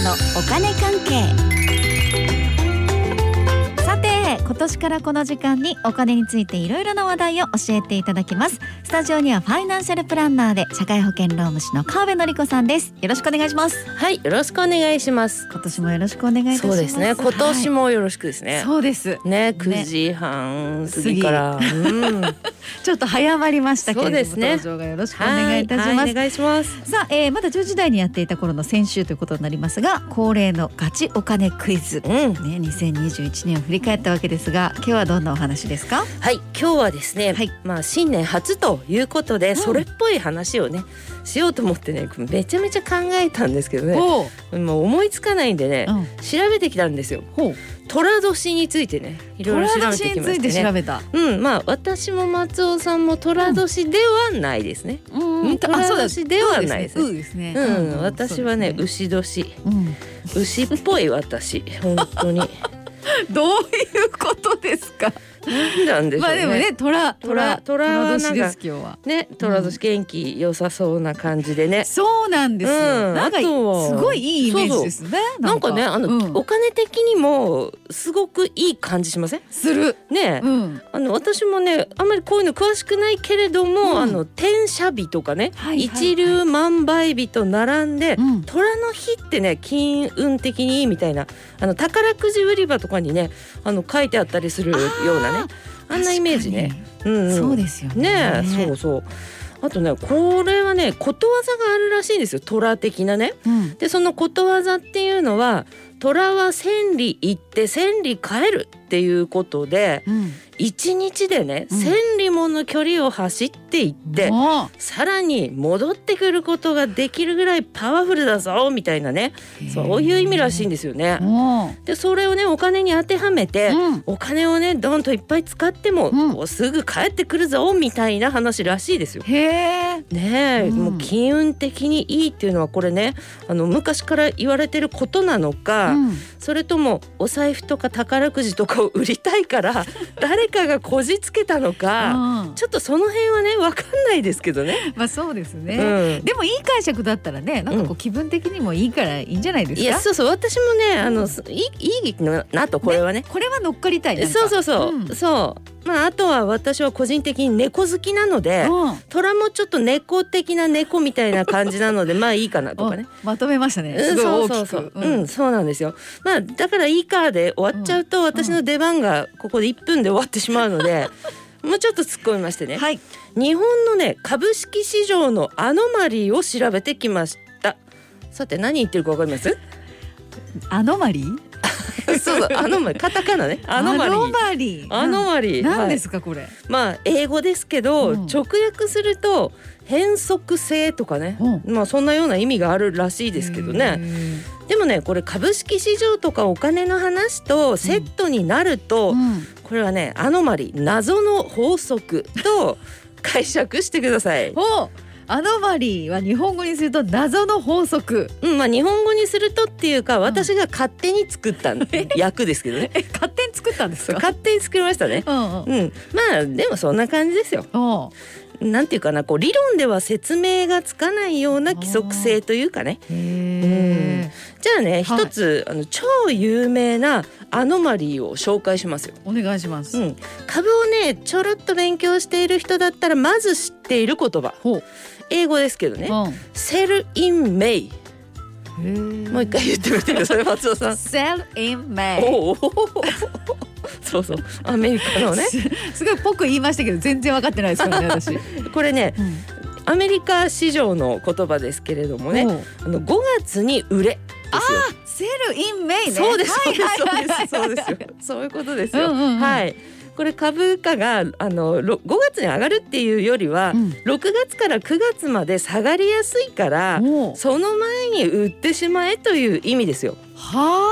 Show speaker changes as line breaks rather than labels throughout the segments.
のお金関係
さて今年からこの時間にお金についていろいろな話題を教えていただきますスタジオにはファイナンシャルプランナーで社会保険労務士の川辺紀子さんですよろしくお願いします
はい、よろしくお願いします。
今年もよろしくお願いいたします
そうですね、今年もよろしくです
はい
ね。
そうです
ね、9時半過ぎから。 うん、
ちょっと早まりましたけれども
そうですね
登場がよろしくお願いいたします、
ははいお願いします。
さあ、えー、まだ10時台にやっていた頃の先週ということになりますが恒例のガチお金クイズ
う、ん、
ね、2021年を振り返ったわけですが今日はどんなお話ですか
はい、今日はですね、
はい
まあ新年初ということで、
ん
それっぽい話をね。しようと思ってね、めちゃめちゃ考えたんですけどね、
ほ
もう思いつかないんでね
う、ん、
調べてきたんですよ。
ほう
寅年についてね、いろいろ調べてき
に
ま
ついて
した
調
ね。
べた、
うん、まあ私も松尾さんも寅年ではないですね。
うん
虎年ではないですね
そうですね。
うん、
う
私はね
そうです
牛年
うん
牛っぽい私本当に
どういうことですか。
何なんでしょ
ま
う
あ
ね、
でもね、虎
虎虎はなんか
虎年です今日は。
ね虎年元気良さそうな感じでね、
そうなんですよ。
うん
なんか
あ
す
とは
ごいいいイメージですね。
なんかねあの、
うん
お金的にもすごくいい感じしません
する。
ね、
うん。
あの私もねあんまりこういうの詳しくないけれども、
うん
あの転写日とかね、
はいはいはい
一粒万倍日と並んで、
うん。
虎の日ってね金運的にいいみたいなあの宝くじ売り場とかにねあの書いてあったりするようなねあんなイメージね。
確か
うんん、
に。そうですよね。
ねえそうそうあとねこれはねことわざがあるらしいんですよ虎的なね
うん。
でそのことわざっていうのは虎は千里行って千里帰るっていうことで
うん。
一日でね
うん
千里もの距離を走っていって、
もう
さらに戻ってくることができるぐらいパワフルだぞみたいなねそういう意味らしいん
で
ですよね。
も
でそれをねお金に当てはめて、
う。うん。
お金をねどんといっぱい使っても、
うん
こうすぐ帰ってくるぞみたいな話らしいですよ。
へえ。
ねえ、
うん
もう金運的にいいっていうのはこれねあの昔から言われてることなのか、
うん
それともお財布とか宝くじとかを売りたいから 誰かがこじつけたのか、
うん
ちょっとその辺はねわかんないですけどね。
まあそうですね。
うん
でもいい解釈だったらねなんかこう気分的にもいいからいいんじゃないです
いや
か、
そうそう私もねあのすいいいいのなとこれはね
これは乗っかりたいなんか
そうそうそう、
うん
そうまああとは私は個人的に猫好きなので、
うん
虎もちょっと猫的な猫みたいな感じな のでまあいいかなとかね。
おまとめました
う
ね
ん、
すごい
そう
大
そう
き
そう
く、
うん、そうなんですよ。まあ、だからいいかで終わっちゃうと、私の出番がここで1分で終わってしまう ので。もうちょっと突っ込みましてね、
はい
日本のね、株式市場のアノマリーを調べてきました。さて、何言ってるかわかります
アノマリー
そうそう、 アノマリー、カタカナね、アノマリ
ア
ー
ノ。マリー
アノマ
な
リー、
んなん
はい
ですかこれ、
まあ英語ですけど、
うん
直訳すると変則性とかね、
う
まあそんなような意味があるらしいですけどね。でもねこれ株式市場とかお金の話とセットになると、
うん
これはねアノマリ謎の法則と 解釈してください。
おアノマリーは日本語にすると謎の法則
うんまあ日本語にするとっていうか私が勝手に作った役ですけどね
。え勝手に作ったんです
そう
か
勝手に作りましたね。
うんうん
うん、まあでもそんな感じですよ。
お
なんていうかなこう理論では説明がつかないような規則性というかね
へえ、
じゃあね一、
はい
つあの超有名なアノマリーを紹介しますよ、
お願いします、
うん、株をねちょろっと勉強している人だったらまず知っている言葉
ほう、
英語ですけどね「セル・イン・メイ
うん」
もう一回言ってみてください松尾さん。
Sell in May
おうおうそうそうアメリカのね
すすごいぽく言いましたけど全然分かってないですからね私、
これねアメリカ市場の言葉ですけれどもね
おう
あの5月に売れですよ
セルインメイね
そうです、
はいはいはいはい
そうです、そうですよ。そういうことですよ。
うんうんうん
はい。これ株価があのろ5月に上がるっていうよりは、
うん
6月から9月まで下がりやすいから、
おう
その前に売ってしまえという意味ですよ。
は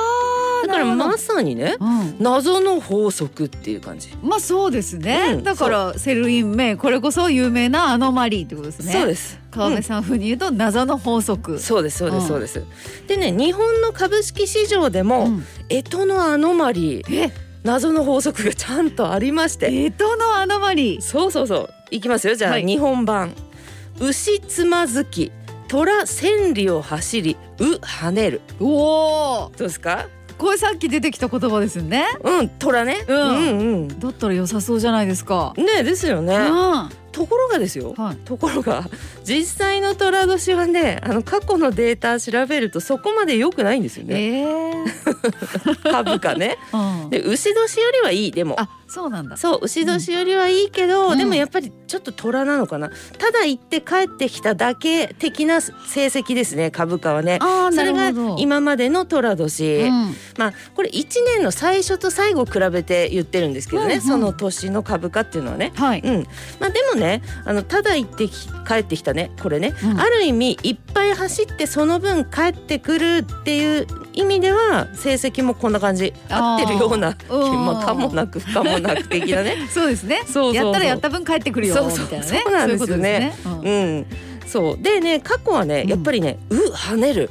あ
だから
な
ま
る
さにね
ほ、どうん
謎の法則っていう感じ。
まあそうですね、
うん
だからセルインメイこれこそ有名なアノマリーってことですね
そうです。
川辺さん風に言うと謎の法
う
則
ん、そうですそうで
うん
すそうです、でね日本の株式市場でも、
うん
干支のアノマリー
え
謎の法則がちゃんとありまして
江戸のアノマリー
そうそうそう。いきますよ。じゃあ、
はい
日本版。牛つまずき、虎千里を走りう跳ねる
おお
どうですか
これさっき出てきた言葉ですよね
うん虎ね
うん
うん
だったら良さそうじゃないですか
うんねですよね
うんは
ところがですよ
い
ところが実際の虎年はねあの過去のデータ調べるとそこまで良くないんですよね
ええ
株 価ね
うん
で牛年よりはいいでも
あそうなんだ
そう牛年よりはいいけど、
うん
でもやっぱりちょっと虎なのかなただ行って帰ってきただけ的な成績ですね株価はね
あー
そ
な
れ
る
が
ほど
今までの虎年、
うん
まあこれ1年の最初と最後を比べて言ってるんですけどね、
うんうん
その年の株価っていうのはね
はい、
うんまあ、でもねあのただ行ってき帰ってきたねこれね、
うん
ある意味いっぱい走ってその分帰ってくるっていう意味では成績もこんな感じ合
あー
ってるよう な
うん
まあかもなく不可もなく的なね
そうですね
そうそうそう
やったらやった分帰ってくるよ
そうそう
みたいなね
そうなんですよね
そういうことですね
うんそうでね過去はね
うん
やっぱりね「う跳ねる」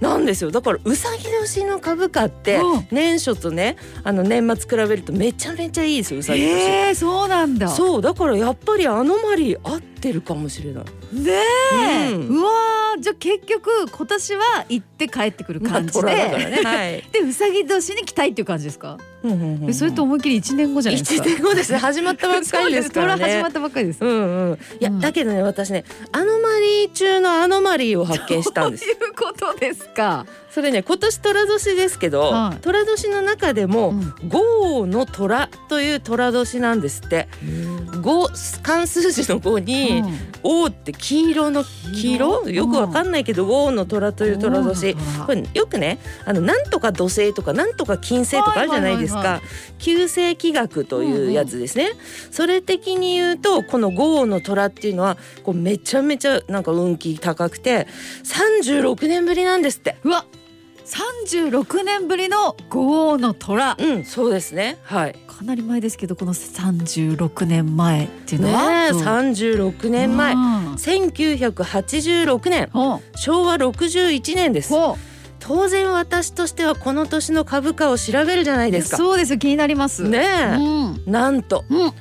なんですよだからうさぎ年の株価って
うん
年初とねあの年末比べるとめちゃめちゃいいですよう
う
さ
ん
ぎ年。
えー、そうなんだ
そうだからやっぱりアノマリー合ってるかもしれない。
ねえ、
う
うんわーじゃあ結局今年は行って帰ってくる感じで、
まあ虎だ からね。はい。
でうさぎ年に来たいっていう感じですか、
うん
えそれと思いっきり一年後じゃないです
一
か
年後ですね始まったばっかりで すか
そ
ら
うです虎始ま
ね
っ。たばっかりです、
うんうん、いや、
うん
だけどね私ねアノマリー中のアノマリーを発見したんです
ということですか、
それね今年虎年ですけど、
はい
虎年の中でも、
うん
五の虎という虎年なんですって五漢数字の五に、
うん
王って黄色の黄色
黄色
よくわかんないけど王の虎という虎年これよくねあのなんとか土星とかなんとか金星とかあるじゃないです
はいはい
か旧星気学というやつですね、それ的に言うとこの五王の虎っていうのはこうめちゃめちゃなんか運気高くて36年ぶりなんですって
うわ36年ぶりの五王の虎
うんそうですねはい
かなり前ですけどこの36年前っていう
ね
のは、
え
うん
36年前
うん
1986年
ほう
昭和61年です
ほう
当然私としてはこの年の株価を調べるじゃないですか
そうですよ気になります
ね
う
え、
ん
なんと
うん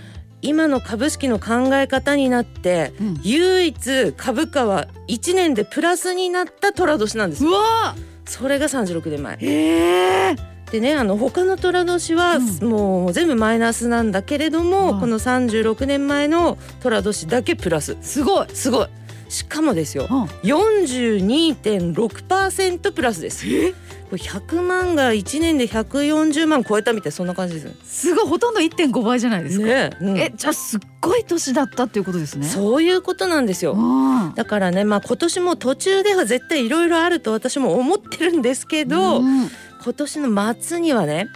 今の株式の考え方になって
うん
唯一株価は1年でプラスになった寅年なんです
うわ
それが36年前
ええ
でねあの他の寅年は
うん
もう全部マイナスなんだけれども、
はい
この36年前の寅年だけプラス
すごい
すごいしかもですよ
うん
42.6%プラスです
え
これ100万が1年で140万超えたみたいそんな感じですね
すごいほとんど1.5倍じゃないですか、
ねえうん
えじゃあすっごい年だったっていうことですねう
そういうことなんですよ
ん
だからね、まあ、今年も途中では絶対いろいろあると私も思ってるんですけど、
うん
今年の末にはね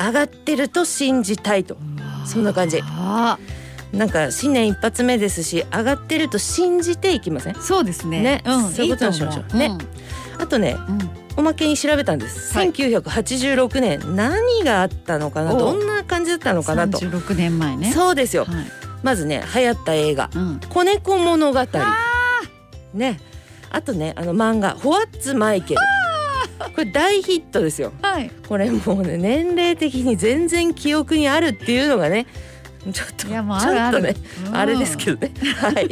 上がってると信じたいとそんな感じ
あ
なんか新年一発目ですし上がってると信じていきません
ーそうですね
ね
うん、
そういうことにしましょうねあとね
うんうん
おまけに調べたんです、
はい
1986年何があったのかな
お
どんな感じだったのかなと、
36年前ね
そうですよ
はい
まずね流行った映画
うん
「子猫物語」ねあとねあの漫画「ホワッツ・マイケル」これ大ヒットですよ
はい
これもうね年齢的に全然記憶にあるっていうのがねちょっと
いやもうあるある
ちょっとね、
うん
あれですけどね はい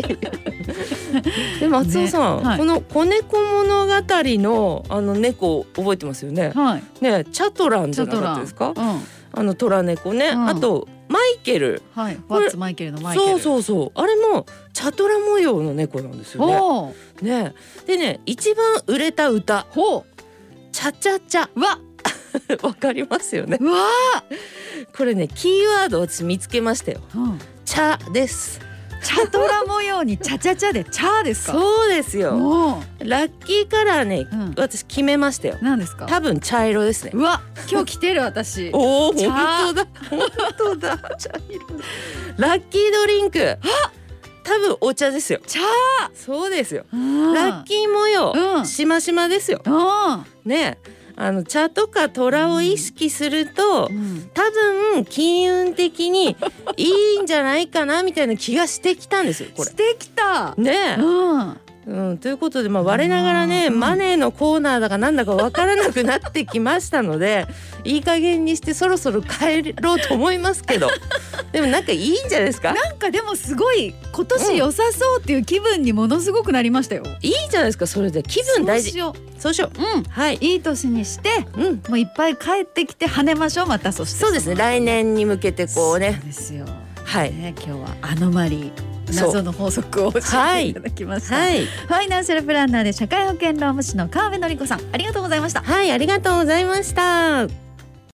で松尾さん、
ねはい
この子猫物語のあの猫覚えてますよね
はい
ねチャトランじ
ちょ
ゃ
っ
な
と
かっ
ら
たですか
うん
あの虎猫ね、
うん
あとマイケル
はい
こ
ワ
れ
ッツマイケルのマイケル
そうそうそうあれもチャトラ模様の猫なんですよ
おお
ねねでね一番売れた歌
ほ
「チャチャチャ
ううわ」
わかりますよね
うわ
これねキーワード私見つけましたよ
ー、うん、
「チャ」です
チャトラ模様にチャチャチャでチャーですか
そうですよ
お
ラッキーカラーね、
うん
私決めましたよ
なんですか
多分茶色ですね
うわ今日来てる私
おお
茶
本当だ本当だ茶色ラッキードリンク多分お茶ですよ
チャ
そうですよ
ー
ラッキー模様、
うん
しましまですよ
ー
ねあの茶とか虎を意識すると
うん
多分金運的にいいんじゃないかなみたいな気がしてきたんですよこれ
してきた
ね
うん
うん、ということで、まあ、我ながらね、
うん
マネーのコーナーだかなんだか分からなくなってきましたので いい加減にしてそろそろ帰ろうと思います けどでもなんかいいんじゃないですか
なんかでもすごい今年良さそうっていう気分にものすごくなりましたよ。
いいじゃないですかそれで気分大
そ
事
うしよ
そうしよ
う。うん。
うはい、
いい年にして
うん、
もういっぱい帰ってきて跳ねましょうまたそして
そうですね来年に向けてこう
そ
ね
うですよ。
はい
ね今日はアノマリー
そう
謎の法則を教えていただきました。
はい
ファイナンシャルプランナーで社会保険労務士の川辺典子さんありがとうございました。
はいありがとうございました